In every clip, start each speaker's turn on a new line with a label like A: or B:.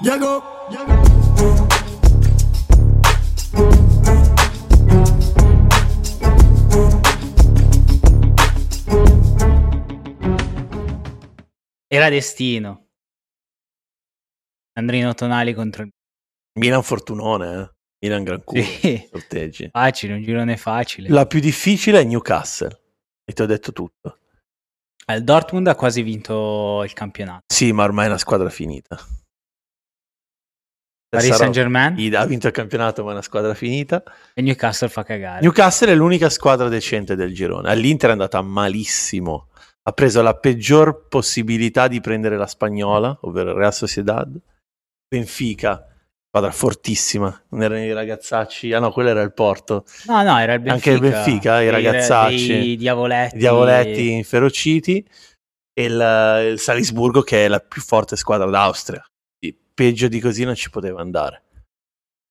A: Llegó.
B: Era destino. Andrino Tonali contro il
C: Milan fortunone, eh? Milan gran culo,
B: Sì.
C: sorteggi.
B: facile, un girone facile.
C: La più difficile è Newcastle. E ti ho detto tutto.
B: Eh, Il Dortmund ha quasi vinto il campionato.
C: Sì, ma ormai è una squadra finita.
B: Paris
C: Sarà-
B: Saint Germain
C: Ida ha vinto il campionato, ma è una squadra finita.
B: e Newcastle fa cagare.
C: Newcastle è l'unica squadra decente del girone. All'Inter è andata malissimo. Ha preso la peggior possibilità di prendere la spagnola, ovvero il Real Sociedad. Benfica, squadra fortissima. Non erano i ragazzacci. Ah no, quello era il Porto.
B: no, no, era il
C: Anche
B: Benfica.
C: il Benfica, eh, i
B: Dei-
C: ragazzacci.
B: dei diavoletti.
C: I diavoletti inferociti. E il, il Salisburgo, che è la più forte squadra d'Austria. Quindi Peggio di così non ci poteva andare.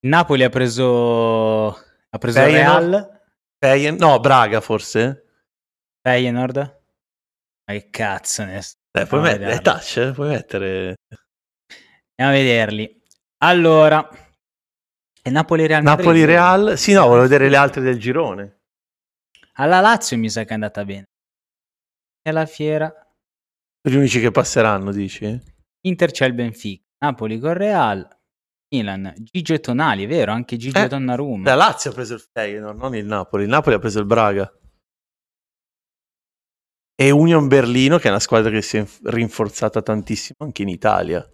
B: Il Napoli ha preso ha preso il
C: Feyenoord?
B: Real,
C: Feyen- no, Braga forse?
B: Feyenoord. Ma che cazzo ne so.
C: Eh, puoi
B: Ah,
C: mettere,
B: vediamo.
C: eh, touch, eh, puoi mettere
B: Andiamo a vederli. Allora, e Napoli Real Madrid.
C: Napoli Real. Sì, no, volevo vedere le altre del girone.
B: Alla Lazio mi sa che è andata bene. E alla Fiera
C: Gli unici che passeranno, dici?
B: Inter c'è il Benfica, Napoli con Real, Milan, Gigio e Tonali, è vero, anche Gigio
C: Eh,
B: e Donnarumma.
C: La Lazio ha preso il Feyenoord, non il Napoli. Il Napoli ha preso il Braga. E Union Berlino, che è una squadra che si è inf- rinforzata tantissimo anche in Italia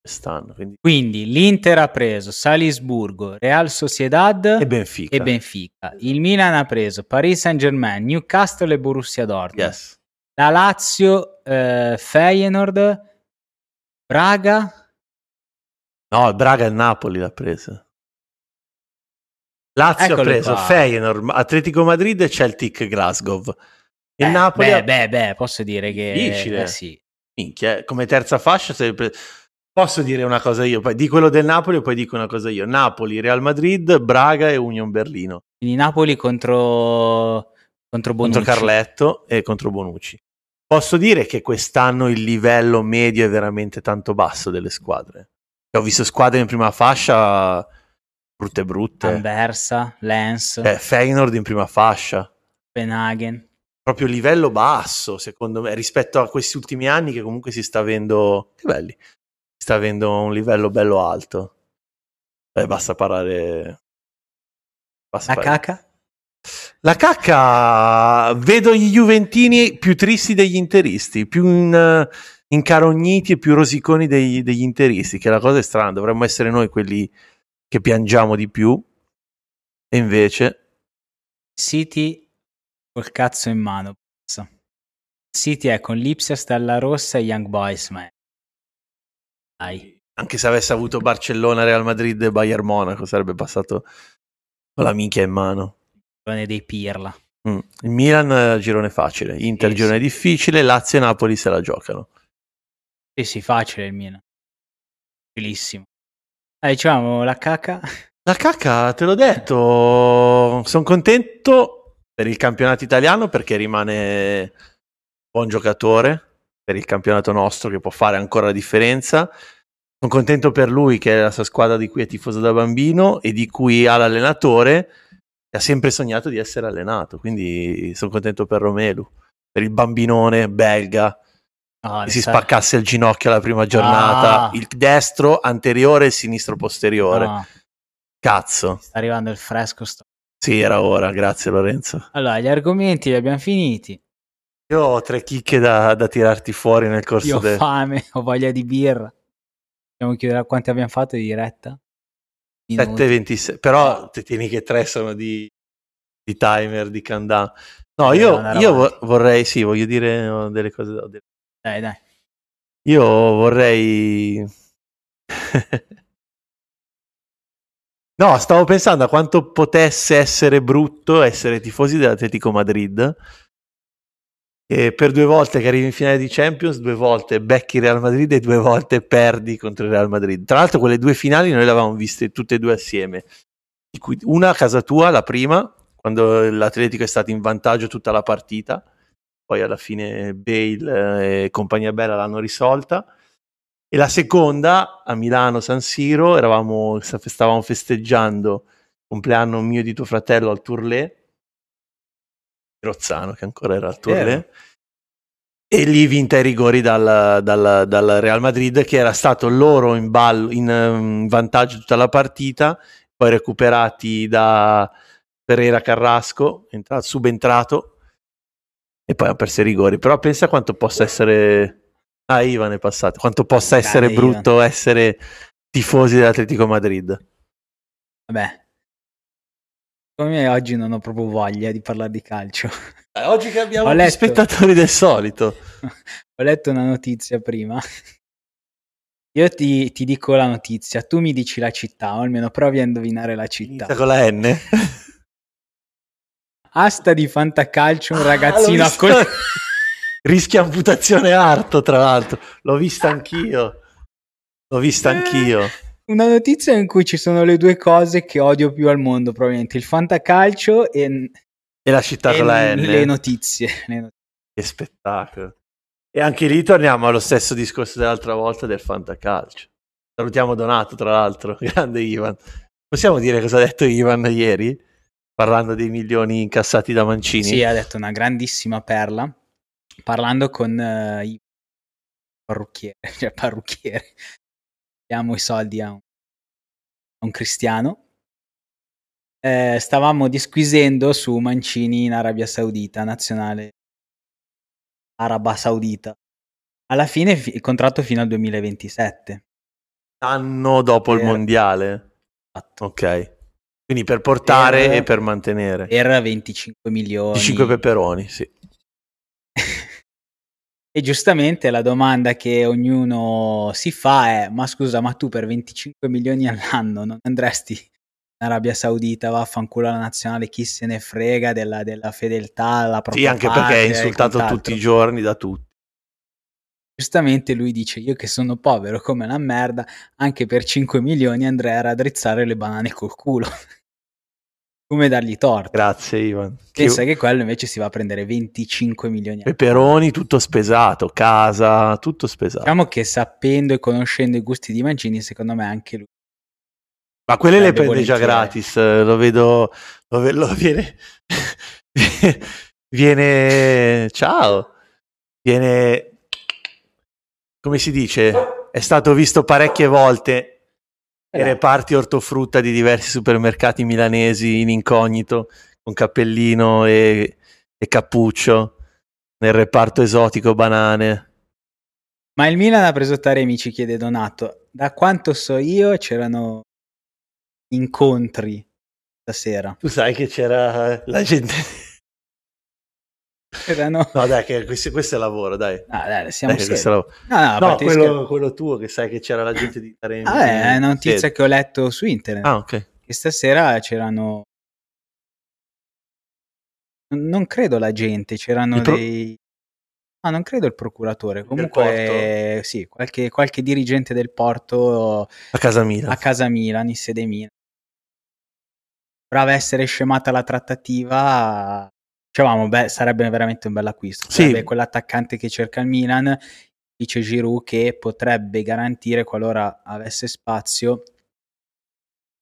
C: quest'anno. quindi-
B: Quindi l'Inter ha preso Salisburgo, Real Sociedad
C: E
B: e
C: Benfica.
B: Benfica. Il Milan ha preso Paris Saint-Germain, Newcastle e Borussia Dortmund.
C: Yes.
B: La Lazio, eh, Feyenoord, Braga,
C: No, il Braga e il Napoli l'ha presa. Lazio
B: Eccolo
C: ha preso
B: qua.
C: Feyenoord, Atletico Madrid e Celtic Glasgow. Il
B: Eh,
C: Napoli
B: beh,
C: ha-
B: beh, beh, posso dire che
C: Difficile.
B: eh, sì.
C: Minchia, eh, come terza fascia se- pre- posso dire una cosa io, poi di quello del Napoli e poi dico una cosa io. Napoli, Real Madrid, Braga e Union Berlino.
B: Quindi Napoli contro contro Bonucci.
C: Contro Carletto e contro Bonucci. Posso dire che quest'anno il livello medio è veramente tanto basso delle squadre. Cioè, Ho visto squadre in prima fascia brutte
B: Ah,
C: brutte.
B: Anversa, Lens,
C: Eh, Feyenoord in prima fascia.
B: Copenaghen.
C: Proprio livello basso, secondo me, rispetto a questi ultimi anni che comunque si sta avendo... Che belli. Si sta avendo un livello bello alto. Beh, basta parlare... Basta
B: La
C: parlare-
B: caca?
C: La cacca... Vedo gli Juventini più tristi degli interisti, più in- incarogniti e più rosiconi degli, degli interisti, che la cosa è strana. Dovremmo essere noi quelli che piangiamo di più. E invece...
B: City col cazzo in mano. penso. City è con Lipsia, Stella Rossa e Young Boys. Ma dai,
C: anche se avesse avuto Barcellona, Real Madrid e Bayern Monaco, sarebbe passato con la minchia in mano.
B: non è dei pirla.
C: Mm. Il Milan eh, girone facile, Inter
B: Sì,
C: girone difficile, Lazio e Napoli se la giocano.
B: Sì, sì, facile il Milan. Facilissimo. Eh, diciamo, la caca.
C: La cacca, te l'ho detto, sono contento per il campionato italiano perché rimane buon giocatore per il campionato nostro che può fare ancora la differenza. Sono contento per lui che è la sua squadra di cui è tifoso da bambino e di cui ha l'allenatore che ha sempre sognato di essere allenato, quindi sono contento per Romelu, per il bambinone belga
B: No,
C: che si
B: sa-
C: spaccasse il ginocchio alla prima giornata,
B: Ah.
C: il destro anteriore e il sinistro posteriore.
B: no,
C: Cazzo.
B: sta arrivando il fresco. sto-
C: Sì, era ora, grazie Lorenzo.
B: Allora, gli argomenti li abbiamo finiti.
C: Io ho tre chicche da, da tirarti fuori nel
B: Io
C: corso
B: ho
C: del...
B: fame, ho voglia di birra. Dobbiamo chiudere a quanti abbiamo fatto di diretta? Minuti.
C: 7.26, però te tieni che tre sono di, di timer, di Kandan. No,
B: Dobbiamo
C: io,
B: andare
C: io
B: avanti.
C: vo- vorrei, sì, voglio dire ho delle cose. da- ho delle-
B: Dai, dai.
C: Io vorrei... no, stavo pensando a quanto potesse essere brutto essere tifosi dell'Atletico Madrid. E per due volte che arrivi in finale di Champions, due volte becchi Real Madrid e due volte perdi contro il Real Madrid. Tra l'altro, quelle due finali noi le avevamo viste tutte e due assieme. Di cui una a casa tua, la prima, quando l'Atletico è stato in vantaggio tutta la partita, poi alla fine Bale eh, e compagnia bella l'hanno risolta. E la seconda a Milano, San Siro, eravamo, stavamo festeggiando il compleanno mio e di tuo fratello al Tourlé, Rozzano che ancora era al Tourlé, e lì vinta ai rigori dal, dal- dal Real Madrid che era stato loro in, ballo- in, ehm, vantaggio tutta la partita, poi recuperati da Pereira Carrasco, entra- subentrato, e poi ha perso i rigori. Però pensa quanto possa essere... Ah, Ivan è passato. Quanto possa essere
B: Grande Ivan.
C: brutto essere tifosi dell'Atletico Madrid.
B: Vabbè. Come me oggi non ho proprio voglia di parlare di calcio.
C: oggi che abbiamo
B: Ho
C: gli
B: letto.
C: spettatori del solito.
B: ho letto una notizia prima. Io ti, ti dico la notizia, tu mi dici la città, o almeno provi a indovinare la città.
C: Inizia con la N.
B: Asta di fantacalcio, un
C: Ah,
B: ragazzino
C: l'ho
B: a
C: visto.
B: col-
C: Rischia amputazione arto, tra l'altro. L'ho vista anch'io. L'ho vista anch'io.
B: Una notizia in cui ci sono le due cose che odio più al mondo, probabilmente, il fantacalcio e,
C: E la città
B: e
C: con la N.
B: le notizie. Le not-
C: Che spettacolo. E anche lì torniamo allo stesso discorso dell'altra volta del fantacalcio. Salutiamo Donato, tra l'altro, grande Ivan. Possiamo dire cosa ha detto Ivan ieri? Parlando dei milioni incassati da Mancini.
B: Sì, ha detto una grandissima perla, parlando con eh, i parrucchiere, cioè parrucchiere. Diamo i soldi a un, a un cristiano. Eh, stavamo disquisendo su Mancini in Arabia Saudita, nazionale araba saudita. Alla fine fi- il contratto fino al 2027.
C: Anno dopo il
B: Per-
C: mondiale.
B: Fatto.
C: Ok. Quindi per portare
B: Per-
C: e per mantenere.
B: per 25 milioni.
C: 5 peperoni, sì.
B: E giustamente la domanda che ognuno si fa è: ma scusa, ma tu per 25 milioni all'anno non andresti in Arabia Saudita, vaffanculo alla nazionale, chi se ne frega della, della fedeltà alla propria
C: Sì, anche perché
B: patria
C: è
B: e
C: insultato
B: quant'altro?"
C: tutti i giorni da tutti.
B: Giustamente lui dice: Io che sono povero come una merda, anche per 5 milioni andrei a raddrizzare le banane col culo. come dargli torto?
C: Grazie Ivan.
B: Pensa
C: Che-
B: che quello invece si va a prendere 25 milioni. all'anno.
C: Peperoni tutto spesato, casa, tutto spesato.
B: Diciamo che sapendo e conoscendo i gusti di Mancini, secondo me anche lui.
C: Ma quelle le
B: Prende
C: prende già
B: volentieri.
C: gratis, eh, lo vedo, lo, ve- lo viene, viene, ciao, viene, come si dice, è stato visto parecchie volte nei reparti ortofrutta di diversi supermercati milanesi in incognito, con cappellino e, e cappuccio, nel reparto esotico banane.
B: Ma il Milan ha preso Taremi, ci chiede Donato. Da quanto so io c'erano incontri stasera.
C: Tu sai che c'era la gente...
B: C'erano...
C: No dai, che questo, questo è lavoro, dai.
B: No, dai, siamo
C: Dai, che Eh, questo è
B: seri.
C: lavoro.
B: No, no, a
C: no,
B: parte gli
C: quello,
B: scherzi.
C: quello tuo che sai che c'era la gente di Taremi. eh?
B: Ah, è una notizia
C: Sì.
B: che ho letto su internet.
C: Ah, ok.
B: Che stasera c'erano... Non credo la gente, c'erano
C: Il pro-
B: dei... No, non credo il procuratore.
C: Porto?
B: Comunque, sì, qualche, qualche dirigente del porto
C: A casa Milan.
B: a casa Milan in sede Milan. Brava a essere scemata la trattativa. Dicevamo, beh, sarebbe veramente un bel acquisto.
C: Sì.
B: Sarebbe quell'attaccante che cerca il Milan, dice Giroud, che potrebbe garantire, qualora avesse spazio,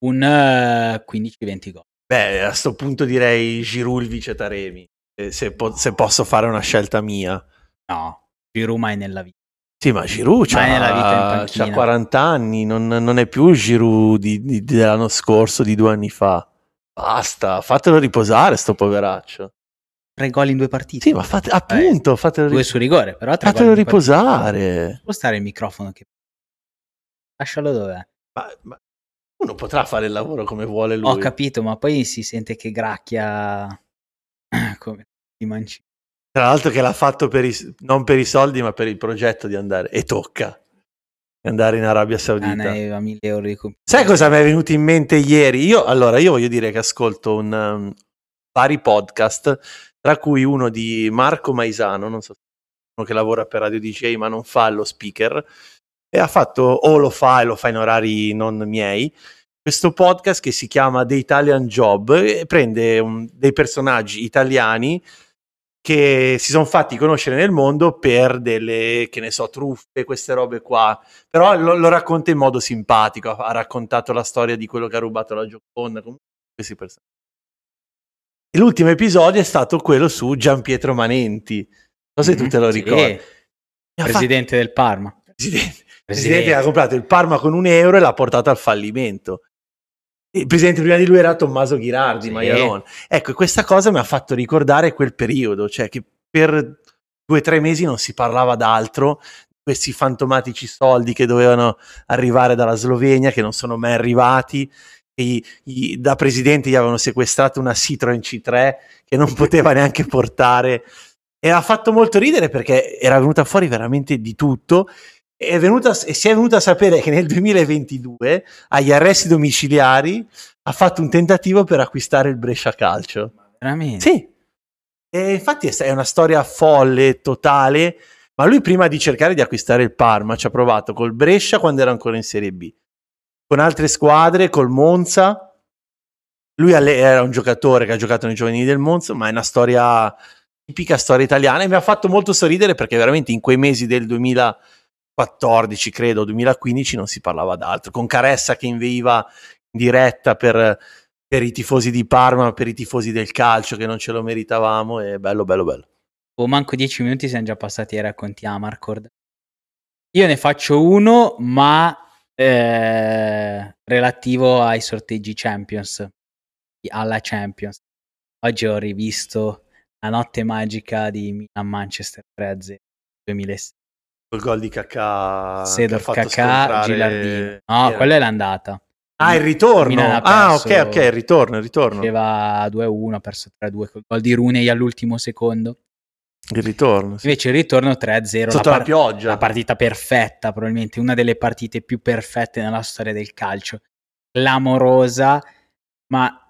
B: un eh, 15-20 gol.
C: Beh, a sto punto direi Giroud vice Taremi. eh, Se, po- se posso fare una scelta mia.
B: No, Giroud mai nella vita.
C: Sì, ma Giroud
B: Ma è la vita in
C: c'ha,
B: panchina.
C: c'ha 40 anni, non, non è più il Giroud di- di- dell'anno scorso, di due anni fa. Basta, fatelo riposare sto poveraccio.
B: Tre gol in due partite.
C: Sì, ma fate, appunto, fatelo,
B: Eh, Due
C: ri-
B: su rigore, però tre
C: fatelo
B: gol in due partite.
C: riposare.
B: Può stare il microfono che... Lascialo dov'è.
C: Ma, ma uno potrà fare il lavoro come vuole lui.
B: Ho capito, ma poi si sente che gracchia come di Mancini.
C: Tra l'altro che l'ha fatto per i- non per i soldi, ma per il progetto di andare. E tocca andare in Arabia
B: Ah, ne
C: Saudita.
B: aveva 1000 euro di comp- eh,
C: Sai cosa mi è venuto in mente ieri? Io, allora, io voglio dire che ascolto un, um, vari podcast, tra cui uno di Marco Maisano, non so se uno che lavora per Radio DJ ma non fa lo speaker, e ha fatto, o lo fa e lo fa in orari non miei, questo podcast che si chiama The Italian Job, e prende um, dei personaggi italiani che si sono fatti conoscere nel mondo per delle, che ne so, truffe, queste robe qua. Però lo, lo racconta in modo simpatico, ha, ha raccontato la storia di quello che ha rubato la Gioconda, comunque questi personaggi. E l'ultimo episodio è stato quello su Gian Pietro Manenti. Non so se tu te lo
B: mm-hmm. Mhm. Sì. eh,
C: ricordi. Mi ha
B: Presidente del Parma.
C: fatto- Presidente.
B: Presidente.
C: Presidente che ha comprato il Parma con un euro e l'ha portato al fallimento. Il presidente prima di lui era Tommaso Ghirardi,
B: Sì.
C: Maialon. Ecco, e questa cosa mi ha fatto ricordare quel periodo, cioè che per due o tre mesi non si parlava d'altro, questi fantomatici soldi che dovevano arrivare dalla Slovenia, che non sono mai arrivati, che gli- gli- da presidente gli avevano sequestrato una Citroen C3 che non poteva neanche portare. E ha fatto molto ridere perché era venuta fuori veramente di tutto. È venuta, e si è venuta a sapere che nel 2022 agli arresti domiciliari ha fatto un tentativo per acquistare il Brescia Calcio.
B: Veramente.
C: Sì. E infatti è sta- è una storia folle, totale, ma lui prima di cercare di acquistare il Parma ci ha provato col Brescia quando era ancora in Serie B, con altre squadre, col Monza. Lui alle- era un giocatore che ha giocato nei giovanili del Monza, ma è una storia tipica storia italiana e mi ha fatto molto sorridere perché veramente in quei mesi del 2014, credo, 2015 non si parlava d'altro, con Caressa che inveiva in diretta per, per i tifosi di Parma, per i tifosi del calcio che non ce lo meritavamo e bello, bello, bello.
B: O manco 10 minuti siamo già passati ai racconti Amarcord. Io ne faccio uno, ma eh, relativo ai sorteggi Champions, alla Champions. Oggi ho rivisto la notte magica di Milan-Manchester 3-0 2006.
C: Col gol di Kakà
B: Sedor
C: eh, che ha fatto
B: Kakà,
C: scontrare-
B: Gilardino. No,
C: Chi era?
B: quella è l'andata.
C: Ah, il ritorno.
B: Milan ha
C: Ah, ok,
B: perso-
C: ok, il ritorno, il ritorno.
B: Faceva 2-1, ha perso 3-2 col gol di Runei all'ultimo secondo.
C: Il ritorno. sì.
B: Invece il ritorno 3-0.
C: Sotto
B: la
C: la,
B: par-
C: pioggia.
B: la partita perfetta, probabilmente una delle partite più perfette nella storia del calcio. Clamorosa, ma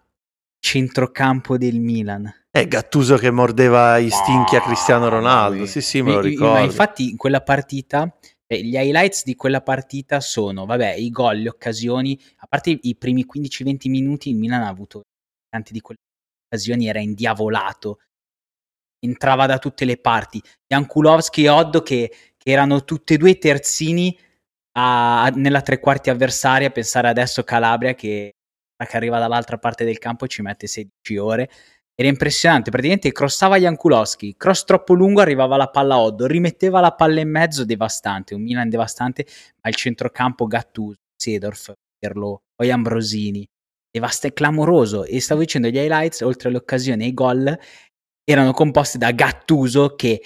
B: centrocampo del Milan.
C: È Eh, Gattuso che mordeva i stinchi a Cristiano Ronaldo.
B: Mamma
C: Sì, sì, me lo
B: I- i-
C: ricordo.
B: Ma infatti in quella partita, eh, gli highlights di quella partita sono, vabbè, i gol, le occasioni, a parte i primi 15-20 minuti il Milan ha avuto tante di quelle occasioni, era indiavolato, entrava da tutte le parti. Jankulovski e Oddo che, che erano tutte e due i terzini a- a- nella tre quarti avversaria, pensare adesso Calabria che, che arriva dall'altra parte del campo ci mette 16 ore. Era impressionante, praticamente crossava Jankulowski, cross troppo lungo, arrivava la palla a Oddo, rimetteva la palla in mezzo, devastante, un Milan devastante, ma il centrocampo Gattuso, Sedorf, Perlo, poi Ambrosini, devasta- è clamoroso e stavo dicendo gli highlights, oltre all'occasione e ai gol, erano composti da Gattuso che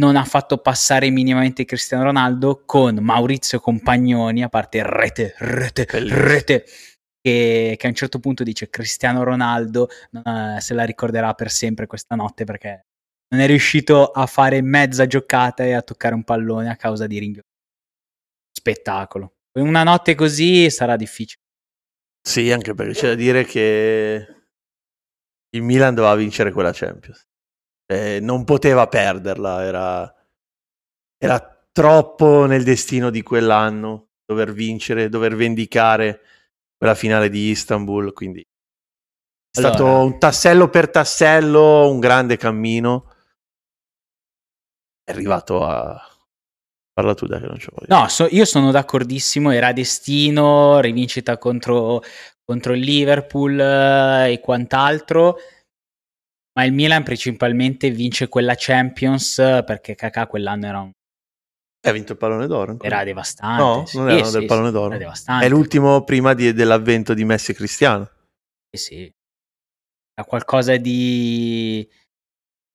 B: non ha fatto passare minimamente Cristiano Ronaldo con Maurizio Compagnoni, a parte rete, rete,
C: Bellissimo.
B: rete, che, che a un certo punto dice Cristiano Ronaldo eh, se la ricorderà per sempre questa notte perché non è riuscito a fare mezza giocata e a toccare un pallone a causa di ringhio. Spettacolo. Una notte così sarà difficile.
C: Sì, anche perché c'è da dire che il Milan doveva vincere quella Champions. Eh, non poteva perderla, era, era troppo nel destino di quell'anno dover vincere, dover vendicare quella finale di Istanbul. Quindi è stato
B: Allora.
C: un tassello per tassello, un grande cammino. È arrivato a... Parla tu da che non ce voglio.
B: No, so- io sono d'accordissimo, era destino, rivincita contro, contro il Liverpool eh, e quant'altro, ma il Milan principalmente vince quella Champions eh, perché Kakà quell'anno era, un-
C: Ha vinto il pallone d'oro. ancora.
B: era devastante.
C: No,
B: Sì,
C: non erano
B: sì,
C: del
B: sì,
C: pallone d'oro.
B: Era devastante.
C: È l'ultimo prima di- dell'avvento di Messi e Cristiano.
B: Sì, Eh sì. Era qualcosa di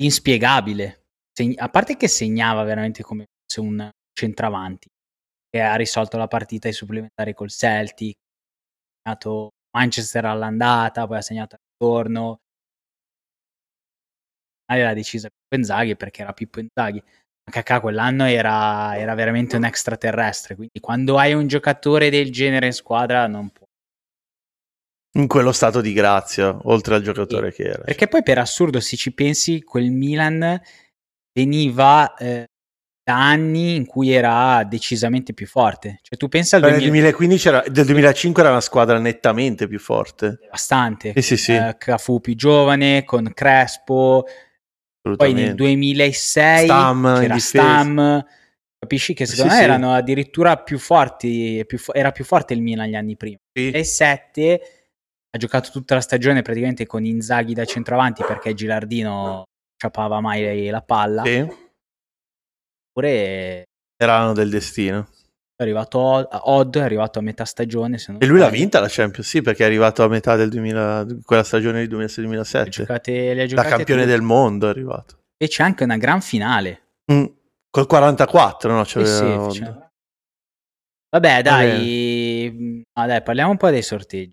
B: inspiegabile. Seg- A parte che segnava veramente come fosse un centravanti, che ha risolto la partita ai supplementari col Celtic, ha segnato Manchester all'andata, poi ha segnato al ritorno. Magari L'ha decisa Pippo Inzaghi perché era Pippo Inzaghi. Ma Kakà quell'anno era, era veramente un extraterrestre, quindi quando hai un giocatore del genere in squadra non può.
C: In quello stato di grazia, oltre al giocatore che era.
B: Perché poi per assurdo, se ci pensi, quel Milan veniva eh, da anni in cui era decisamente più forte. Cioè tu pensa al
C: Cioè, nel
B: 2000
C: 2015 era, del 2005 era una squadra nettamente più forte.
B: bastante,
C: Sì, sì, sì.
B: eh, Cafu più giovane, con Crespo, Poi nel 2006
C: Stam in
B: c'era
C: difesa.
B: Stam, capisci che secondo
C: Sì,
B: me
C: sì.
B: erano addirittura più forti, e più fo- era più forte il Milan gli anni prima.
C: Sì.
B: 2007 ha giocato tutta la stagione praticamente con Inzaghi da centravanti perché Gilardino ciapava mai la palla,
C: Sì,
B: oppure è
C: era l'anno del destino.
B: arrivato Od- Odd, è arrivato a metà stagione. se non
C: E lui l'ha
B: sbaglio.
C: vinta la Champions, sì, perché è arrivato a metà del 2000, quella stagione di
B: Le ha
C: 2006-2007.
B: giocate, le
C: Da
B: ha giocate
C: cioè, campione
B: tutte.
C: del mondo è arrivato.
B: E c'è anche una gran finale.
C: Mm, Col 44, no?
B: Eh Sì,
C: C'aveva
B: sì,
C: Honda.
B: facciamo- Vabbè, dai, mh, ah, dai, parliamo un po' dei sorteggi.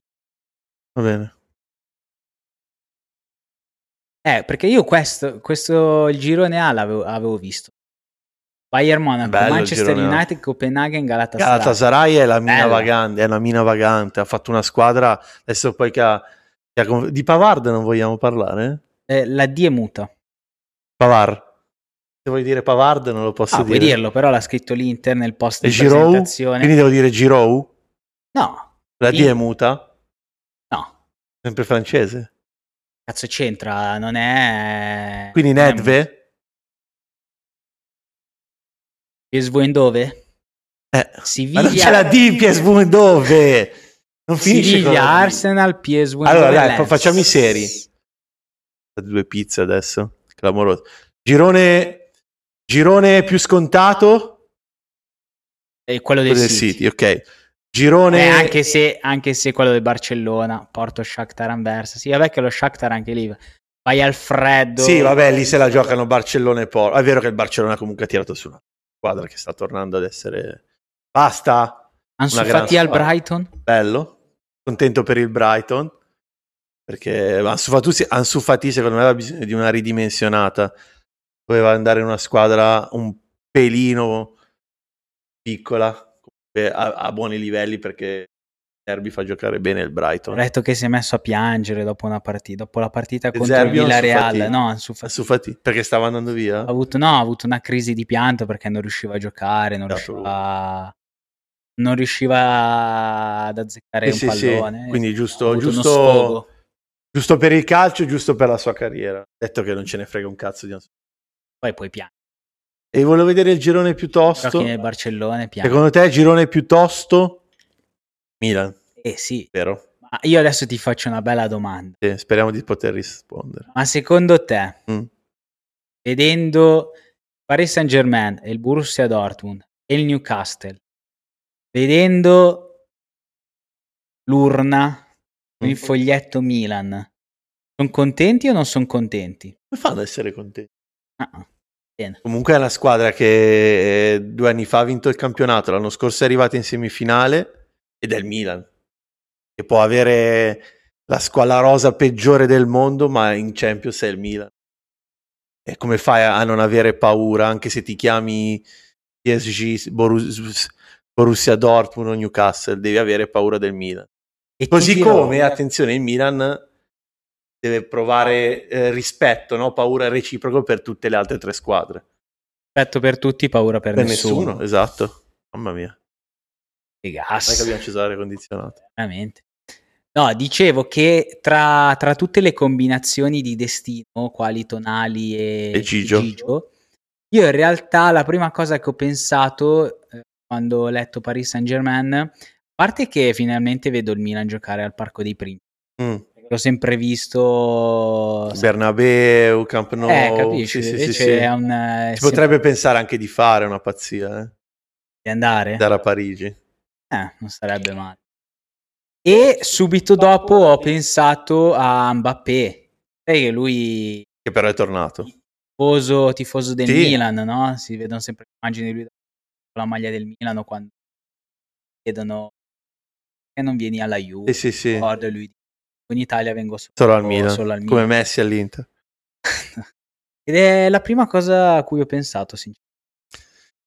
C: Va bene.
B: Eh, perché io questo, questo il girone A l'avevo avevo visto. Bayern Monaco,
C: Bello il
B: Manchester
C: girone A.
B: United, Copenaghen, Galatasaray.
C: Galatasaray è la mina
B: Bella.
C: vagante, è una mina vagante, ha fatto una squadra, adesso poi che ha... che ha con- Di Pavard non vogliamo parlare? eh?
B: Eh, la D è muta.
C: Pavard. Se vuoi dire Pavard non lo posso
B: Ah,
C: dire.
B: puoi dirlo, però l'ha scritto l'Inter nel post
C: E
B: di
C: Giroud?
B: presentazione.
C: Quindi devo dire Giroud?
B: No,
C: La
B: Sì.
C: D è muta?
B: no.
C: Sempre francese.
B: Cazzo c'entra, non è...
C: Quindi
B: non è muta.
C: Nedve?
B: PSV in dove?
C: Eh,
B: Siviglia.
C: ma non c'è la D in PSV dove? Non finisce con la
B: Siviglia,
C: D.
B: Arsenal, PSV.
C: Allora, dai,
B: Lens. Eh,
C: fa- facciamo i seri. Due pizze adesso, clamoroso. Girone, girone più scontato?
B: E quello del
C: Quello del
B: City.
C: City, ok. Girone...
B: Eh, anche, se, anche se quello del Barcellona, Porto Shakhtar Anversa. Sì, vabbè che lo Shakhtar anche lì. Vai al freddo.
C: Sì, vabbè, lì se la giocano Barcellona e Porto. È vero che il Barcellona comunque ha tirato su una squadra che sta tornando ad essere... Basta,
B: Ansu
C: una gran
B: Fati al
C: squadra.
B: Brighton.
C: bello, contento per il Brighton, perché Ansu Fati, Ansu Fati, secondo me aveva bisogno di una ridimensionata. Doveva andare in una squadra un pelino piccola, comunque a, a buoni livelli perché Derby fa giocare bene il
B: Ho
C: Brighton.
B: detto che si è messo a piangere dopo, una partita, dopo la partita contro
C: Zerbi
B: il
C: o Ansu
B: Villarreal.
C: Fati?
B: No, Ansu Fati.
C: Ansu Fati, perché stava andando via?
B: ha avuto, no, ha avuto una crisi di pianto perché non riusciva a giocare, non
C: Dato
B: riusciva, non riusciva ad azzeccare
C: Sì,
B: un
C: sì, sì.
B: pallone.
C: Quindi
B: Ha
C: giusto,
B: avuto uno
C: giusto-
B: sfogo.
C: giusto per il calcio, giusto per la sua carriera. Detto che non ce ne frega un cazzo di Ansu.
B: Poi poi piange.
C: E volevo vedere il girone piuttosto.
B: Giochi nel Barcellona e piange.
C: Secondo te il girone piuttosto? Milan,
B: Eh sì,
C: vero?
B: ma io adesso ti faccio una bella domanda.
C: Sì, speriamo di poter rispondere.
B: Ma secondo te,
C: Mm.
B: vedendo Paris Saint Germain e il Borussia Dortmund e il Newcastle, vedendo l'urna con il
C: Mm.
B: foglietto Milan, sono contenti o non sono contenti?
C: Come fanno ad essere contenti?
B: Ah, ah. Bene.
C: Comunque è una squadra che eh, due anni fa ha vinto il campionato, l'anno scorso è arrivata in semifinale ed è il Milan, che può avere la squadra rosa peggiore del mondo, ma in Champions è il Milan. E come fai a a non avere paura, anche se ti chiami PSG, Borus- Borussia Dortmund o Newcastle, devi avere paura del Milan.
B: E ti
C: Così
B: dirò-
C: come, attenzione, il Milan deve provare eh, rispetto, no? paura reciproco per tutte le altre tre squadre.
B: rispetto per tutti, paura per,
C: Per
B: nessuno.
C: nessuno, esatto. Mamma mia,
B: Che
C: sai
B: gas,
C: che abbiamo acceso l'aria condizionata.
B: veramente. No, dicevo che tra, tra tutte le combinazioni di destino, quali Tonali e,
C: E Gigio.
B: io in realtà la prima cosa che ho pensato eh, quando ho letto Paris Saint Germain, a parte che finalmente vedo il Milan giocare al Parco dei Principi,
C: Mm.
B: l'ho sempre visto...
C: Bernabeu, Camp Nou,
B: eh,
C: sì, sì,
B: capisci?
C: sì,
B: Invece
C: sì.
B: è un... eh,
C: Si
B: sempre
C: potrebbe pensare anche di fare una pazzia, eh?
B: di andare?
C: andare a Parigi.
B: Eh, non sarebbe male. E subito dopo ho pensato a Mbappé. Sai che lui,
C: Che però è tornato.
B: tifoso, tifoso del
C: Sì.
B: Milan, no? Si vedono sempre le immagini di lui con la maglia del Milano quando chiedono perché non vieni alla Juve.
C: Sì, sì, sì.
B: Ricordo, e lui dice, in Italia vengo solo,
C: Solo al Milan.
B: Oh, solo al
C: Come
B: Milan".
C: Messi all'Inter.
B: Ed è la prima cosa a cui ho pensato, sinceramente.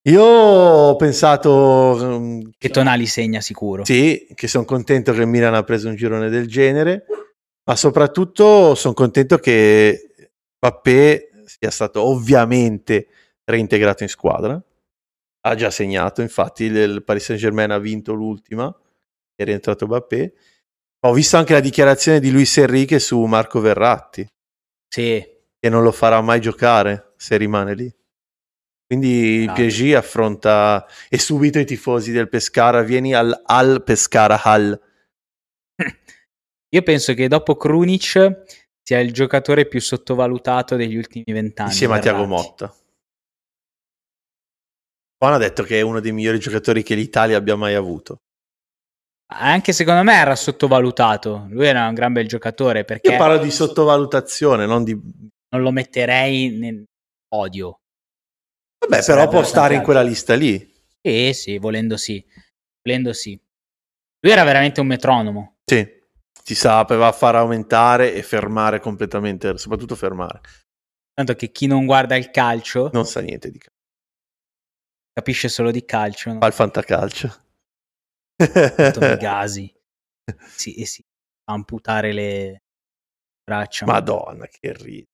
C: Io ho pensato mm,
B: Che Tonali segna sicuro.
C: Sì, che sono contento che il Milan ha preso un girone del genere, ma soprattutto sono contento che Mbappé sia stato ovviamente reintegrato in squadra. Ha già segnato, infatti il- il Paris Saint-Germain ha vinto l'ultima, è rientrato Mbappé. Ho visto anche la dichiarazione di Luis Enrique su Marco Verratti,
B: Sì.
C: che non lo farà mai giocare se rimane lì. Quindi il
B: Ah.
C: PSG affronta e subito i tifosi del Pescara, vieni al, al Pescara Hall.
B: Io penso che dopo Krunic sia il giocatore più sottovalutato degli ultimi vent'anni.
C: insieme a Tiago
B: Verratti.
C: Motta. Buon ha detto che è uno dei migliori giocatori che l'Italia abbia mai avuto.
B: Anche secondo me era sottovalutato. Lui era un gran bel giocatore perché
C: Io parlo di sottovalutazione, non di... Vabbè,
B: non lo metterei nel odio.
C: però
B: Sarebbe
C: può stare in
B: tanti altri.
C: quella lista lì.
B: Sì, sì, volendo sì. Volendo sì. Lui era veramente un metronomo.
C: Sì, si sapeva far aumentare e fermare completamente, soprattutto fermare.
B: Tanto che chi non guarda il calcio
C: Non sa niente di calcio.
B: capisce solo di calcio. No?
C: Fa il fantacalcio.
B: Tanto i gasi. Sì, e si fa amputare le braccia.
C: Madonna, che rido.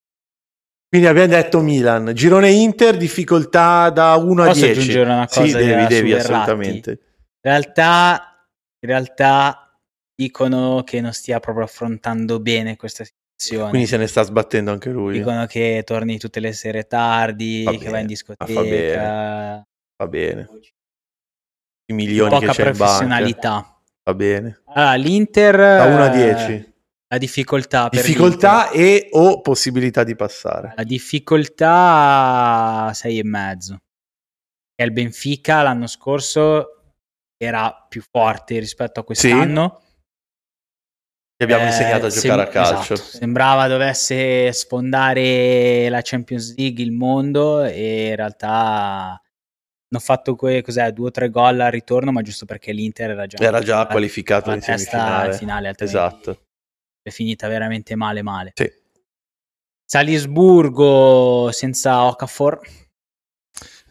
C: Quindi abbiamo detto Milan, girone Inter, difficoltà da 1 a
B: Posso
C: 10.
B: aggiungere una cosa
C: sì, devi,
B: della-
C: devi
B: su Verratti?
C: assolutamente.
B: In realtà, in realtà dicono che non stia proprio affrontando bene questa situazione.
C: Quindi se ne sta sbattendo anche lui.
B: dicono che torni tutte le sere tardi,
C: Va
B: che
C: bene,
B: vai in
C: ma
B: discoteca.
C: fa bene. Va bene. I milioni
B: Poca
C: che c'è in banca.
B: professionalità.
C: Va bene.
B: Allora, l'Inter
C: Da 1 a
B: eh,
C: 10.
B: La difficoltà per
C: Difficoltà
B: l'Inter.
C: e o possibilità di passare.
B: La difficoltà 6 e mezzo. E il Benfica l'anno scorso era più forte rispetto a quest'anno.
C: Ti abbiamo
B: Eh,
C: insegnato a
B: sem-
C: giocare a calcio.
B: esatto. Sembrava dovesse sfondare la Champions League, il mondo, e in realtà hanno fatto que- cos'è, due o tre gol al ritorno, ma giusto perché l'Inter era già,
C: Era già qualificato
B: alla
C: in
B: testa al
C: semifinale.
B: finale, altrimenti
C: Esatto.
B: è finita veramente male male.
C: Sì.
B: Salisburgo senza Okafor.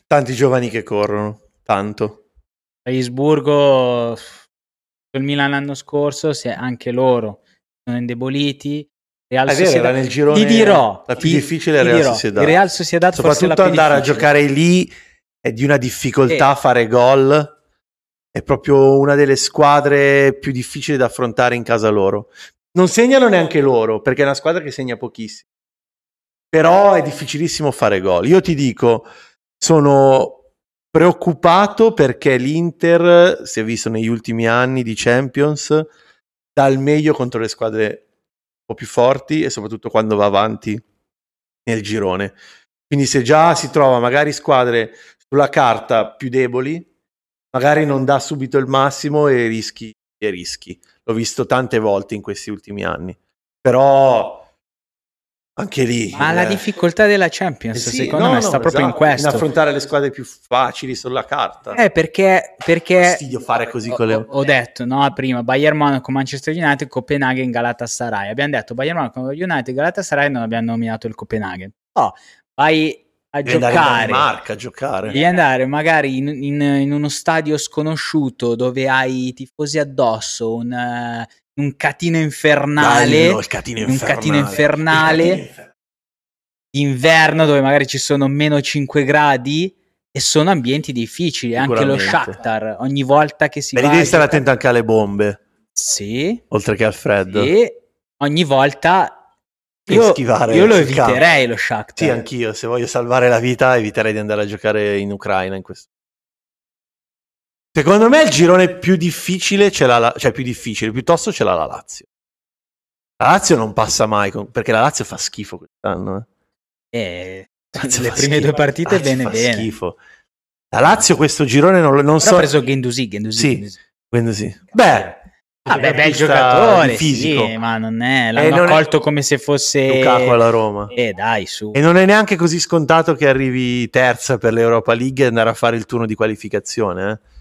C: Tanti giovani che corrono. Tanto.
B: Salisburgo, il Milan l'anno scorso, se anche loro sono indeboliti. Real
C: È vero,
B: Sociedad-
C: era nel girone
B: Ti dirò,
C: la più
B: ti-
C: difficile
B: ti
C: Real
B: dirò,
C: Sociedad.
B: il Real Sociedad forse è la
C: Soprattutto
B: più
C: andare a
B: difficile.
C: giocare lì è di una difficoltà fare gol. È proprio una delle squadre più difficili da affrontare in casa loro. Non segnano neanche loro, perché è una squadra che segna pochissimo. Però è difficilissimo fare gol. Io ti dico, sono preoccupato perché l'Inter si è visto negli ultimi anni di Champions dà il meglio contro le squadre un po' più forti e soprattutto quando va avanti nel girone. Quindi se già si trova magari squadre sulla carta più deboli, magari non dà subito il massimo e rischi e rischi. L'ho visto tante volte in questi ultimi anni. Però anche lì
B: Ma la
C: eh,
B: difficoltà della Champions,
C: eh sì,
B: secondo
C: no,
B: me,
C: no,
B: sta proprio in
C: esatto,
B: questo.
C: affrontare le squadre più facili sulla carta.
B: Eh, perché, perché
C: fastidio fare così con le
B: ho, ho detto no, prima Bayern Monaco, Manchester United, Copenaghen, Galatasaray. Abbiamo detto Bayern Monaco, United, Galatasaray, non abbiamo nominato il Copenaghen. No, vai a
C: Devi andare in
B: giocare.
C: Danimarca a giocare.
B: Devi andare magari in, in- in uno stadio sconosciuto dove hai i tifosi addosso, un, eh, un catino infernale.
C: Bello, il catino
B: un
C: infernale.
B: catino infernale.
C: Il catino infernale.
B: d'inverno dove magari ci sono meno 5 gradi e sono ambienti difficili. Anche lo
C: Sicuramente.
B: Shakhtar, ogni volta che si
C: Beh,
B: va...
C: lì devi stare
B: a giocare-
C: attento anche alle bombe,
B: Sì,
C: oltre che al freddo.
B: e ogni volta...
C: Devi
B: Io,
C: schivare
B: io lo
C: sul campo.
B: eviterei lo Shakhtar.
C: Sì, anch'io. Se voglio salvare la vita, eviterei di andare a giocare in Ucraina. In questo. Secondo me il girone più difficile ce l'ha, la- cioè più difficile, piuttosto ce l'ha la Lazio. La Lazio non passa mai, con- perché la Lazio fa schifo quest'anno. eh.
B: Eh,
C: La Lazio
B: le
C: fa
B: prime
C: schifo.
B: due partite
C: La Lazio
B: bene
C: fa
B: bene.
C: schifo. La Lazio questo girone non, lo- non
B: Però
C: so...
B: ha preso Gendouzi, Gendouzi.
C: Sì. Eh,
B: Gendouzi.
C: Quindi sì. Beh,
B: Vabbè, bel
C: Vista
B: giocatore,
C: di fisico. Eh,
B: sì, ma non è... L'hanno
C: non è-
B: accolto come se fosse...
C: Lukaku alla Roma.
B: Eh, dai, su.
C: E non è neanche così scontato che arrivi terza per l'Europa League e andare a fare il turno di qualificazione. eh.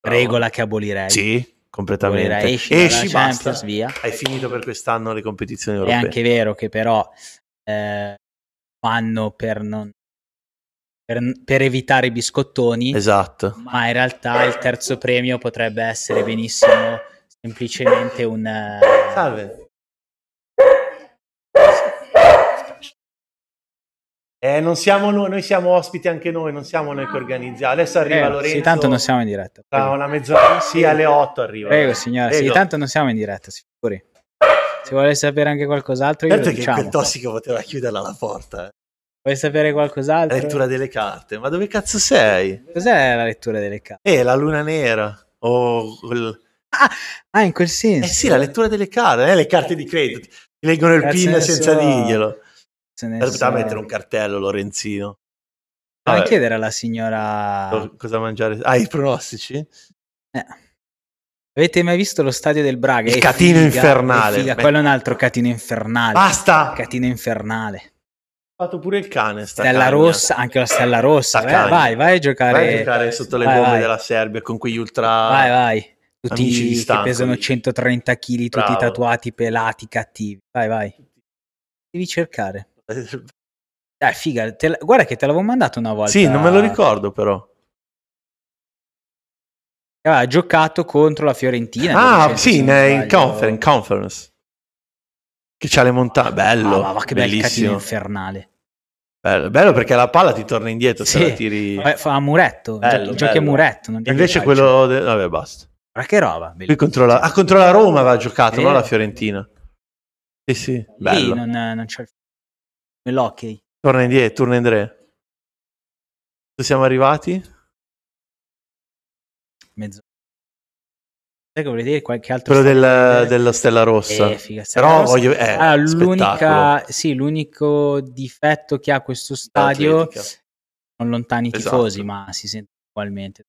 C: Bravo.
B: Regola che abolirei.
C: Sì, completamente.
B: Abolirei, esci,
C: Esci,
B: dalla
C: basta.
B: Champions, via.
C: Hai finito per quest'anno le competizioni
B: È
C: europee.
B: anche vero che però eh, fanno per, non, per, per evitare i biscottoni,
C: Esatto.
B: ma in realtà il terzo premio potrebbe essere benissimo semplicemente un... eh,
C: Salve. Eh, non siamo noi, noi siamo ospiti anche noi, non siamo noi che organizziamo. Adesso
B: prego,
C: arriva Lorenzo.
B: Eh, sì, tanto non siamo in diretta.
C: Tra
B: Prego,
C: una mezz'ora, sì, alle 8 arriva.
B: Prego, signora, sì,
C: Prego.
B: tanto non siamo in diretta, si figuri. Se vuole sapere anche qualcos'altro, io
C: Certo
B: lo
C: che
B: diciamo.
C: quel tossico poteva chiuderla la porta. eh.
B: Vuoi sapere
C: La
B: qualcos'altro?
C: lettura delle carte. Ma dove cazzo sei?
B: Cos'è la lettura delle carte?
C: Eh, la luna nera. O quel-
B: Ah, in quel senso.
C: Eh sì, la lettura delle carte, non è le carte di credito. Ti leggono il
B: Grazie eh,
C: PIN
B: ne
C: senza
B: so.
C: dirglielo.
B: Se ne
C: Era poteva
B: so.
C: mettere un cartello, Lorenzino.
B: Vai a
C: Vabbè,
B: chiedere alla signora.
C: co- cosa mangiare? Ah, i pronostici?
B: Eh. Avete mai visto lo stadio del Braga?
C: Il
B: È
C: catino
B: figa,
C: infernale.
B: è figa.
C: Beh.
B: Quello è un altro catino infernale.
C: Basta! Ha
B: Catino infernale.
C: fatto pure il cane. Sta
B: Stella
C: cagna.
B: rossa, anche la stella rossa.
C: Sta
B: vai,
C: cagna.
B: vai, vai a giocare.
C: Vai a giocare sotto le
B: Vai,
C: bombe
B: vai.
C: della Serbia con quegli ultra...
B: Vai, vai. Tutti
C: Amici di
B: che
C: stanco,
B: pesano
C: dici.
B: 130 kg, tutti
C: Bravo.
B: tatuati, pelati, cattivi. Vai, vai. Devi cercare. Dai, figa, te la- guarda che te l'avevo mandato una volta.
C: Sì, non me lo ricordo però.
B: Ah, Ha giocato contro la Fiorentina.
C: Ah,
B: Dove c'è,
C: sì,
B: se non
C: in
B: sbaglio-
C: conference, in conference. Che c'ha le montagne. Bello,
B: Ah, ma, ma che bel catino
C: bellissimo.
B: infernale.
C: Bello, bello perché la palla ti torna indietro se
B: Sì.
C: la tiri.
B: Fa- Fa a muretto,
C: Bello,
B: giochi, giochi a
C: bello.
B: muretto. Non giochi a
C: Invece
B: calcio.
C: quello... de- Vabbè, basta.
B: Ma che roba.
C: Lui controlla... Ah, contro la Roma aveva giocato,
B: Sì.
C: non la Fiorentina. Sì, sì,
B: Lì
C: bello.
B: non, non c'è il... L'hockey.
C: Torna indietro, torna indietro. Dove siamo arrivati?
B: Mezzo. Sai che volevi dire qualche altro?
C: Quello
B: stadio
C: del,
B: da vedere?
C: della Stella Rossa.
B: Eh, figa, Stella
C: Però
B: Rossa.
C: voglio... Eh,
B: Allora,
C: spettacolo.
B: l'unica, sì, l'unico difetto che ha questo stadio
C: Atletica.
B: sono lontani i
C: Esatto.
B: tifosi, ma si sente ugualmente.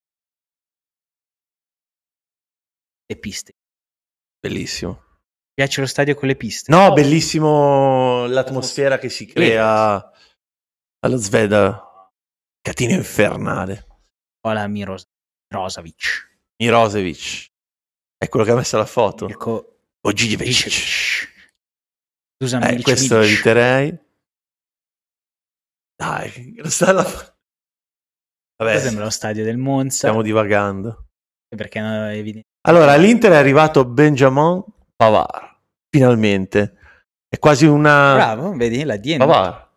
B: Le piste.
C: Bellissimo.
B: Mi piace lo stadio con le piste? Oh,
C: No, bellissimo l'atmosfera che si crea allo Zveda. Catino infernale.
B: O la Miros- Mirosavic.
C: Mirosevic. È quello che ha messo la foto.
B: Mirko
C: O Gigievic.
B: Vicevic. Dusan
C: Eh,
B: Milicevic.
C: questo eviterei. Dai, lo sta la... Vabbè,
B: Questo sembra lo stadio del Monza.
C: stiamo divagando.
B: Perché no, è evidente.
C: Allora, all'Inter è arrivato Benjamin Pavard. Finalmente. È quasi una...
B: Bravo, vedi la DNA.
C: Pavard.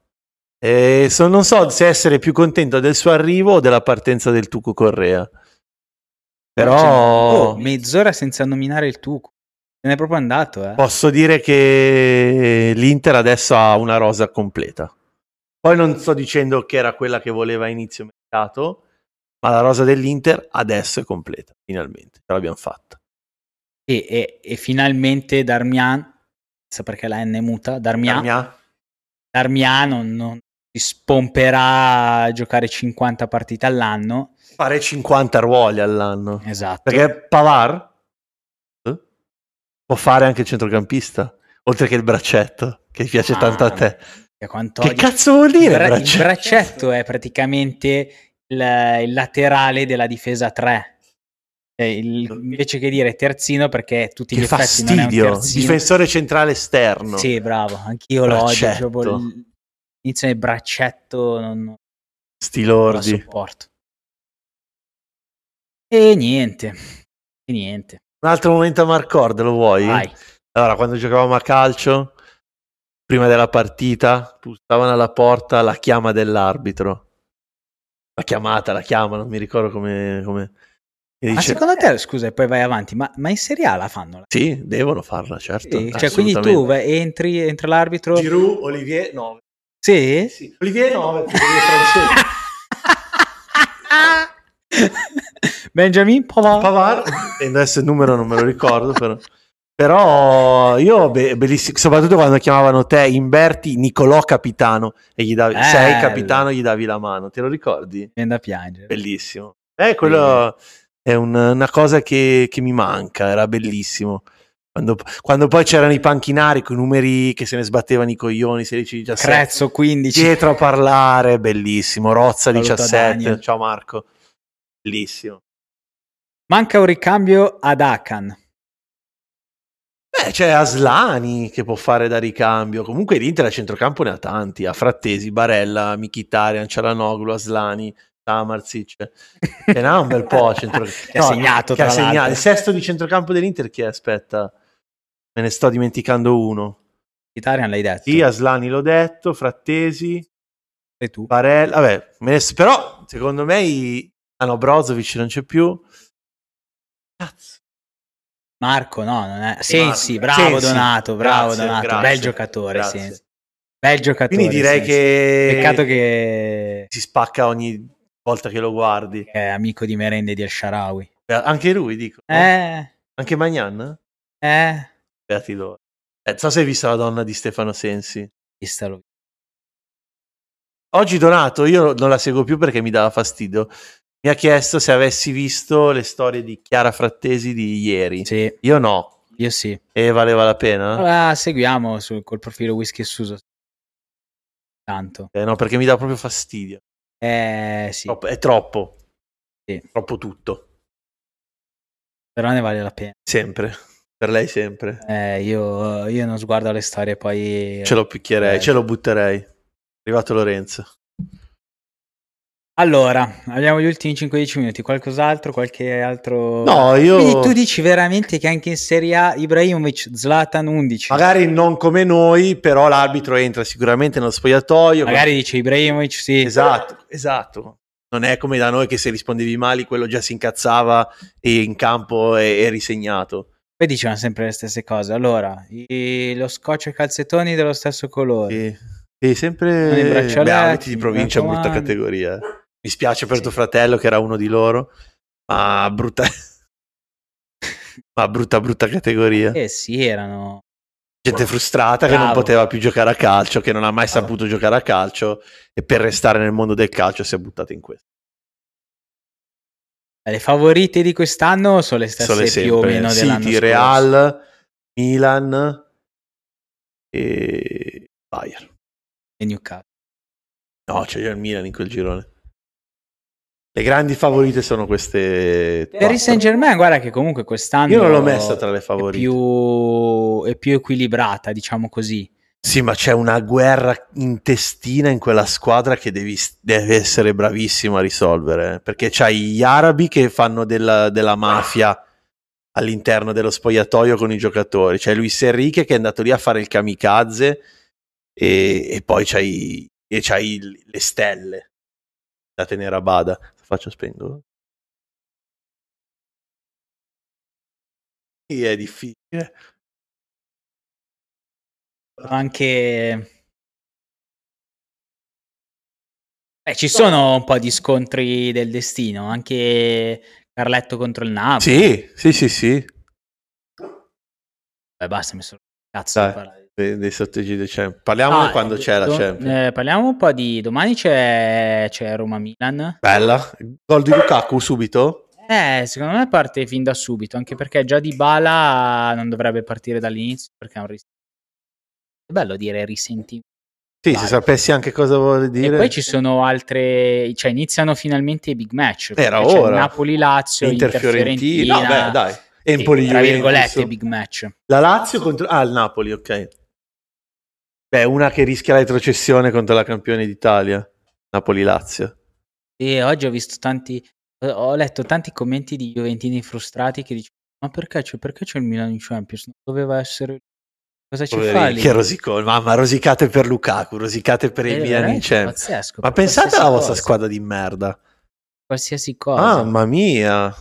C: E so- non so se essere più contento del suo arrivo o della partenza del Tucu Correa. Però
B: Oh, mezz'ora senza nominare il tuco. Se n'è proprio andato, eh.
C: posso dire che l'Inter adesso ha una rosa completa. Poi non sto dicendo che era quella che voleva a inizio mercato, ma la rosa dell'Inter adesso è completa, finalmente. Ce l'abbiamo fatta.
B: E, e- e finalmente Darmian, sa perché la N è muta, Darmian, Darmian.
C: Darmian?
B: non, non si spomperà a giocare 50 partite all'anno.
C: Fare 50 ruoli all'anno.
B: Esatto.
C: Perché Pavar può fare anche il centrocampista, oltre che il braccetto, che piace
B: Ah,
C: tanto a te.
B: Che quanto
C: Che
B: odio-
C: cazzo vuol dire
B: il, bra- il
C: braccetto?
B: braccetto è praticamente il, il laterale della difesa 3. Cioè, il- invece che dire terzino perché tutti gli
C: Che
B: effetti non è un
C: fastidio,
B: terzino.
C: difensore centrale esterno.
B: Sì, bravo, anch'io lo odio.
C: Braccetto.
B: proprio l- Inizio del braccetto, non, non lo
C: Stilordi.
B: sopporto. E niente, e niente.
C: Un altro momento a Marcord, lo vuoi?
B: Vai.
C: Allora, quando giocavamo a calcio, prima della partita, tu stavano alla porta la chiama dell'arbitro. La chiamata, la chiama, non mi ricordo come... come... E
B: Ma
C: dice-
B: Ah, secondo te, scusa, e poi vai avanti, ma, ma in Serie A la fanno? la-
C: Sì, devono farla, certo.
B: Sì, cioè, quindi tu
C: assolutamente.
B: vai- entri, entra l'arbitro.
C: Giroud, Olivier 9.
B: Sì?
C: Olivier 9.
B: Benjamin Pavard.
C: Pavard. E adesso il numero non me lo ricordo, però. Però io, be- bellissimo, soprattutto quando chiamavano te Imberti Nicolò Capitano e gli davi, sei
B: Bello.
C: capitano, gli davi la mano, te lo ricordi?
B: Viene da piangere.
C: Bellissimo. Eh, quello è un- una cosa che, che mi manca, era bellissimo. Quando, quando poi c'erano i panchinari con i numeri che se ne sbattevano i coglioni, 16, 17.
B: Crezzo 15.
C: dietro a parlare, bellissimo. Rozza
B: Saluto a
C: 17,
B: Daniel.
C: ciao Marco, bellissimo.
B: Manca un ricambio ad Akan.
C: Beh, c'è Aslani che può fare da ricambio. Comunque l'Inter a centrocampo ne ha tanti, ha Frattesi, Barella, Mkhitaryan, Cialanoglu, Aslani, Tamarzic. Ce n'ha un bel po' a centrocampo.
B: Che ha segnato,
C: che ha
B: tra
C: segnato.
B: l'altro.
C: Il sesto di centrocampo dell'Inter chi è? Aspetta, me ne sto dimenticando uno.
B: Mkhitaryan l'hai detto.
C: Sì, Aslani l'ho detto, Frattesi,
B: Sei tu.
C: Barella, vabbè, me ne s- però secondo me i... Ah no, Brozovic non c'è più. Cazzo.
B: Marco, no, non è... Sensi, bravo
C: Sensi.
B: Donato, bravo
C: Grazie,
B: Donato,
C: grazie,
B: bel giocatore
C: grazie.
B: Sensi. Bel giocatore.
C: Quindi direi
B: Sensi.
C: che...
B: Peccato che
C: si spacca ogni volta che lo guardi.
B: che è amico di merende di Al-Sharawi.
C: Eh, Anche lui, dico.
B: Eh,
C: Anche Magnan?
B: eh,
C: Beati loro. Eh, non so se hai visto la donna di Stefano Sensi.
B: vistalo.
C: Oggi Donato, io non la seguo più perché mi dava fastidio, mi ha chiesto se avessi visto le storie di Chiara Frattesi di ieri.
B: Sì,
C: Io no.
B: io sì.
C: E valeva la pena?
B: Allora, seguiamo su- col profilo Whisky e Suso. Tanto.
C: Eh, no, perché mi dà proprio fastidio.
B: Eh, sì,
C: Troppo- è troppo.
B: Sì.
C: Troppo tutto.
B: però ne vale la pena.
C: Sempre. Per lei sempre.
B: Eh, io, io non sguardo alle storie, poi...
C: Ce lo picchierei,
B: Eh.
C: ce lo butterei. È arrivato Lorenzo.
B: Allora, abbiamo gli ultimi 5-10 minuti. Qualcos'altro? Qualche altro...
C: No, io...
B: Quindi tu dici veramente che anche in Serie A Ibrahimovic, Zlatan 11.
C: Magari non come noi, però l'arbitro entra sicuramente nello spogliatoio.
B: Magari dice Ibrahimovic, sì.
C: Esatto, esatto. Non è come da noi che se rispondevi male quello già si incazzava e in campo è, è risegnato.
B: Poi dicevano sempre le stesse cose. Allora, i- lo scotch e calzettoni dello stesso colore.
C: E, e
B: Con i
C: sempre
B: braccialetti,
C: beh, abiti di
B: mi
C: provincia, brutta
B: raccomando.
C: categoria. eh. Mi spiace per
B: Sì.
C: tuo fratello che era uno di loro, ma brutta, ma brutta, brutta categoria.
B: Eh sì, erano...
C: Gente frustrata che non
B: Bravo. Ah.
C: poteva più giocare a calcio, che non ha mai saputo giocare a calcio e per restare nel mondo del calcio si è buttata in questo.
B: Le favorite di quest'anno sono le stesse
C: Sono le
B: più o
C: sempre
B: meno dell'anno
C: City,
B: scorso.
C: Real, Milan e Bayern.
B: e Newcastle.
C: No, c'è già il Milan in quel girone. Le grandi favorite sono queste.
B: Per il Saint
C: quattro.
B: Germain, guarda che comunque quest'anno
C: Io non l'ho messa tra le
B: è
C: favorite.
B: più, è più equilibrata, diciamo così.
C: Sì, ma c'è una guerra intestina in quella squadra che devi, deve essere bravissimo a risolvere. eh. Perché c'hai gli arabi che fanno della, della mafia all'interno dello spogliatoio con i giocatori. C'è Luis Enrique che è andato lì a fare il kamikaze e, e poi c'hai, e c'hai il- le stelle da tenere a bada. Faccio spendo? Sì, è eh. difficile.
B: Anche... Beh, ci sono un po' di scontri del destino, anche Carletto contro il Napoli.
C: Sì, sì, sì, sì.
B: Beh, basta, mi sono cazzo
C: Dai.
B: di parlare.
C: dei, dei sotteggi del Champions. Parliamone
B: Ah,
C: quando
B: eh,
C: c'è la
B: do-
C: Champions.
B: eh, parliamo un po' di domani c'è, c'è Roma Milan.
C: Bella. Gol di Lukaku subito?
B: Eh, secondo me parte fin da subito, anche perché già di Bala non dovrebbe partire dall'inizio perché è un ris- È bello dire risentimento.
C: Sì,
B: Vale.
C: se sapessi anche cosa vuole
B: E
C: dire.
B: poi ci sono altre, cioè iniziano finalmente i big match.
C: Era
B: perché c'è
C: ora.
B: Napoli-Lazio, Inter-Fiorentina.
C: Inter-Fiorentina. No, beh, dai.
B: sì,
C: Empoli
B: tra virgolette
C: Juventus.
B: big match.
C: La Lazio contro ah, il Napoli, ok. Beh, una che rischia la retrocessione contro la campione d'Italia, Napoli Lazio.
B: E oggi ho visto tanti, ho- ho letto tanti commenti di Juventini frustrati che dicevano: Ma perché c'è, perché c'è il Milan in Champions? Non doveva essere. Cosa ci fa lì?
C: Che rosicone, mamma, rosicate per Lukaku, rosicate per il
B: Eh,
C: Milan in
B: veramente
C: Champions.
B: pazzesco,
C: Ma
B: per
C: pensate alla
B: qualsiasi
C: vostra
B: cosa,
C: squadra di merda. Ah,
B: Qualsiasi cosa.
C: Mamma mia.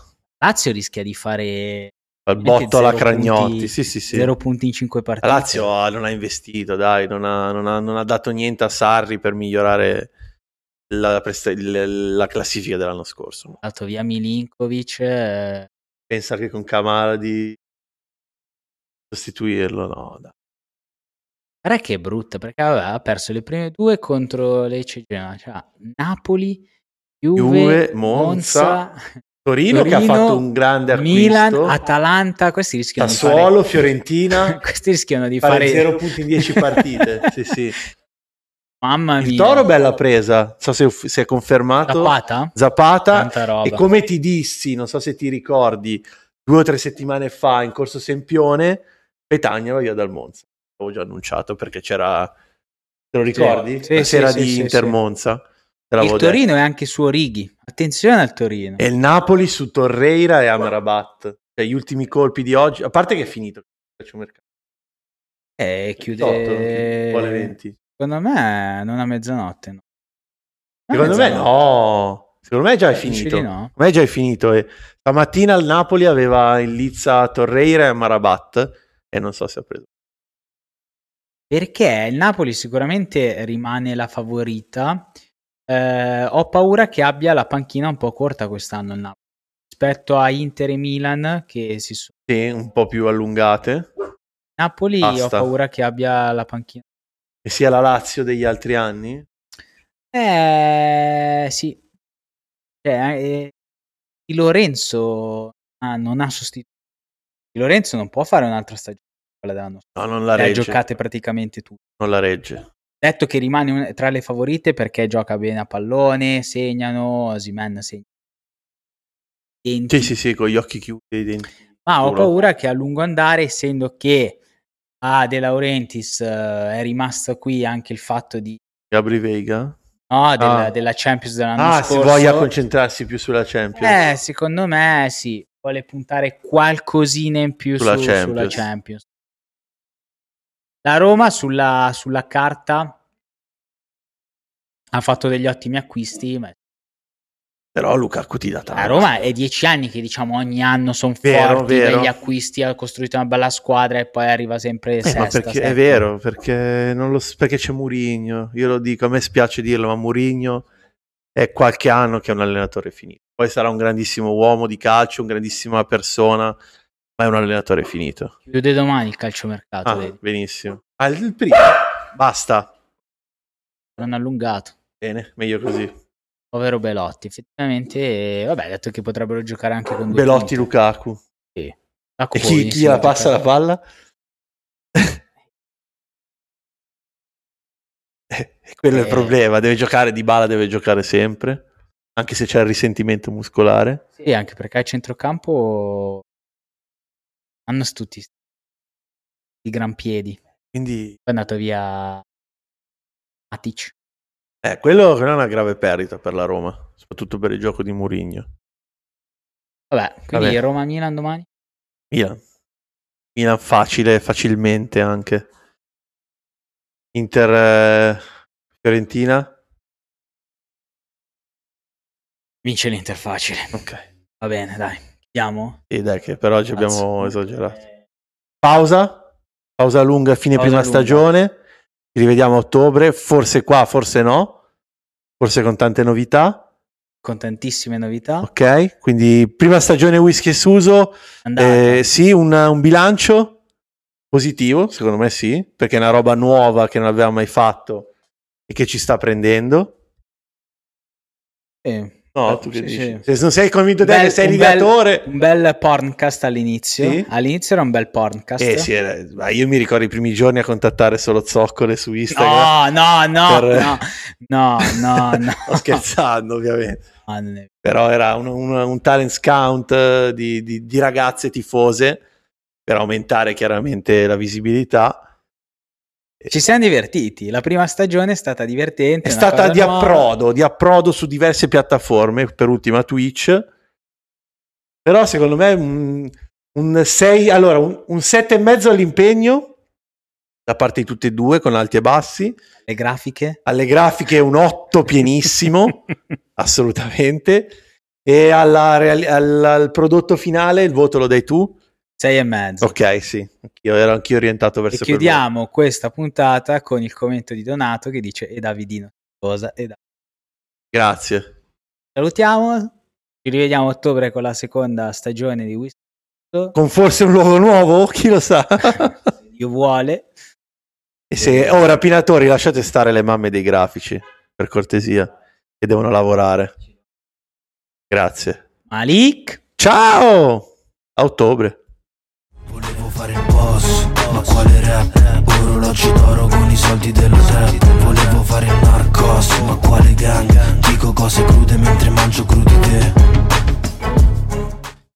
B: Lazio rischia di fare
C: Al
B: Veramente
C: botto alla
B: zero
C: Cragnotti.
B: punti-
C: Sì, sì, sì.
B: 0 punti in 5 partite.
C: La Lazio ha- non ha investito, dai, non ha, non ha- non ha dato niente a Sarri per migliorare la, presta- il- la classifica dell'anno scorso.
B: ha dato via Milinkovic. eh,
C: Pensa che con Camara di sostituirlo, no, dai.
B: Guarda che è brutta perché aveva perso le prime due contro Lecce e Genoa, cioè Napoli, Juve,
C: Juve, Monza, Torino, che ha
B: Torino,
C: fatto un grande acquisto,
B: Milan, Atalanta, questi rischiano
C: Sassuolo,
B: di fare...
C: Fiorentina,
B: questi rischiano di
C: fare
B: fare,
C: 0 punti in 10 partite. sì, sì.
B: Mamma mia.
C: Il Toro bella presa, non so se, se è confermato.
B: Zapata?
C: Zapata
B: Tanta roba.
C: E come ti dissi, non so se ti ricordi, due o tre settimane fa in corso Sempione, Petagna va via dal Monza. L'avevo già annunciato perché c'era. Te lo ricordi?
B: Sì,
C: La
B: sì,
C: sera
B: sì,
C: di
B: sì,
C: Inter
B: sì.
C: Monza. Te
B: Il
C: l'avevo detto.
B: Torino è anche su Orighi. Attenzione al Torino.
C: E il Napoli su Torreira e Amrabat. Cioè, gli ultimi colpi di oggi, a parte che è finito. Faccio un mercato.
B: Eh,
C: Totto, non chi- vuole
B: chiude
C: 20.
B: Secondo me non a mezzanotte. no. Non a
C: Secondo me
B: mezzanotte.
C: no. Secondo me già è
B: Dici
C: finito.
B: di no?
C: Ormai già è finito. E stamattina il Napoli aveva in Lizza Torreira e Marabat e non so se ha preso.
B: Perché il Napoli sicuramente rimane la favorita. Eh, ho paura che abbia la panchina un po' corta quest'anno il Napoli rispetto a Inter e Milan che si sono
C: Sì, un po' più allungate.
B: Napoli ho
C: Basta.
B: paura che abbia la panchina
C: E sia la Lazio degli altri anni.
B: eh sì Cioè, eh, Di Lorenzo ah, non ha sostituito Di Lorenzo non può fare un'altra stagione quella dell'anno
C: No, non la
B: scorso. Le ha
C: regge.
B: giocate praticamente tutte
C: Non la regge.
B: detto che rimane un- tra le favorite perché gioca bene a pallone, segnano, Zimen segna. Denti.
C: Sì, sì, sì, con gli occhi chiusi e i denti.
B: Ma ho
C: sicuro.
B: paura che a lungo andare, essendo che a De Laurentiis eh, è rimasto qui anche il fatto di,
C: Gabri Vega.
B: no, del-
C: Ah.
B: della Champions dell'anno
C: Ah, si
B: scorso,
C: voglia concentrarsi più sulla Champions.
B: eh, secondo me sì, vuole puntare qualcosina in più
C: Sulla
B: su- sulla,
C: Champions.
B: Champions. La Roma sulla, sulla carta ha fatto degli ottimi acquisti, ma
C: Però Lukaku ti dà tanto.
B: A Roma è dieci anni che diciamo ogni anno sono
C: Vero,
B: forti
C: vero.
B: degli acquisti, ha costruito una bella squadra e poi arriva sempre
C: Eh,
B: sesta.
C: ma perché
B: settima.
C: è vero, perché, non lo s- perché c'è Murigno. Io lo dico, a me spiace dirlo, ma Murigno è qualche anno che è un allenatore finito. Poi sarà un grandissimo uomo di calcio, un grandissima persona, ma è un allenatore finito.
B: Chiude domani il calciomercato,
C: Ah,
B: vedi?
C: benissimo. Ah, il primo. Basta.
B: Non allungato.
C: Bene, meglio così.
B: Povero Belotti, effettivamente, eh, vabbè, ha detto che potrebbero giocare anche con due
C: Belotti
B: punte.
C: Lukaku.
B: Lukaku
C: E
B: può
C: chi, chi
B: benissimo
C: la passa la
B: giocare.
C: palla? Eh, quello è il
B: Eh.
C: problema. Deve giocare di bala, deve giocare sempre. Anche se c'è il risentimento muscolare.
B: Sì, anche perché a centrocampo hanno tutti i gran piedi. Poi
C: Quindi
B: è andato via Matic.
C: Eh, quello, quello è una grave perdita per la Roma, soprattutto per il gioco di Murigno.
B: Vabbè, quindi
C: Vabbè.
B: Roma-Milan domani.
C: Milan. Milan facile, facilmente anche. Inter eh, Fiorentina.
B: Vince l'Inter facile.
C: Ok.
B: Va bene, dai. Chiudiamo?
C: E dai che per oggi
B: Cazzo.
C: abbiamo esagerato. Pausa. Pausa lunga a fine
B: Pausa
C: prima
B: lunga.
C: stagione. Ci rivediamo a ottobre, forse qua, forse no. Forse con tante novità,
B: Con tantissime novità.
C: ok? Quindi prima stagione Whisky e Suso,
B: Andate.
C: Eh, sì, un, un bilancio positivo, secondo me sì, perché è una roba nuova che non avevamo mai fatto e che ci sta prendendo.
B: Eh,
C: No,
B: Eh,
C: tu che
B: sì,
C: dici?
B: sì.
C: Se non sei convinto te
B: Bel-
C: che sei
B: un
C: l'ideatore...
B: Un bel porncast all'inizio.
C: Sì?
B: All'inizio era un bel porncast.
C: Eh sì, era- ma io mi ricordo i primi giorni a contattare solo zoccole su Instagram.
B: No, no, no,
C: Per-
B: no, no, no, no.
C: Sto scherzando ovviamente.
B: No, non è-
C: Però era un, un- un talent count eh, di, di- di ragazze tifose per aumentare chiaramente la visibilità.
B: Ci siamo divertiti. La prima stagione è stata divertente.
C: È
B: una
C: stata
B: cosa
C: di
B: nuova.
C: approdo, di approdo su diverse piattaforme, per ultima Twitch. Però secondo me un, un 6, allora un, un 7,5 all'impegno da parte di tutte e due, con alti e bassi.
B: Le grafiche.
C: Alle grafiche un 8 pienissimo, assolutamente. E alla reali- al, al prodotto finale il voto lo dai tu?
B: Sei e mezzo.
C: Ok, sì, anch'io, ero anch'io orientato
B: E
C: verso quel voto.
B: chiudiamo questa puntata con il commento di Donato che dice e Davidino cosa e da-
C: Grazie.
B: salutiamo ci rivediamo a ottobre con la seconda stagione di Whisky
C: Con forse un logo nuovo, chi lo sa?
B: Dio vuole
C: E se, oh, rapinatori, lasciate stare le mamme dei grafici, per cortesia, che devono lavorare. Grazie.
B: Malik
C: Ciao! A ottobre.
A: Volevo fare il boss, ma quale rap? Orologi d'oro con i soldi dello trap Volevo fare il narcos, ma quale gang? Dico cose crude mentre mangio crudi te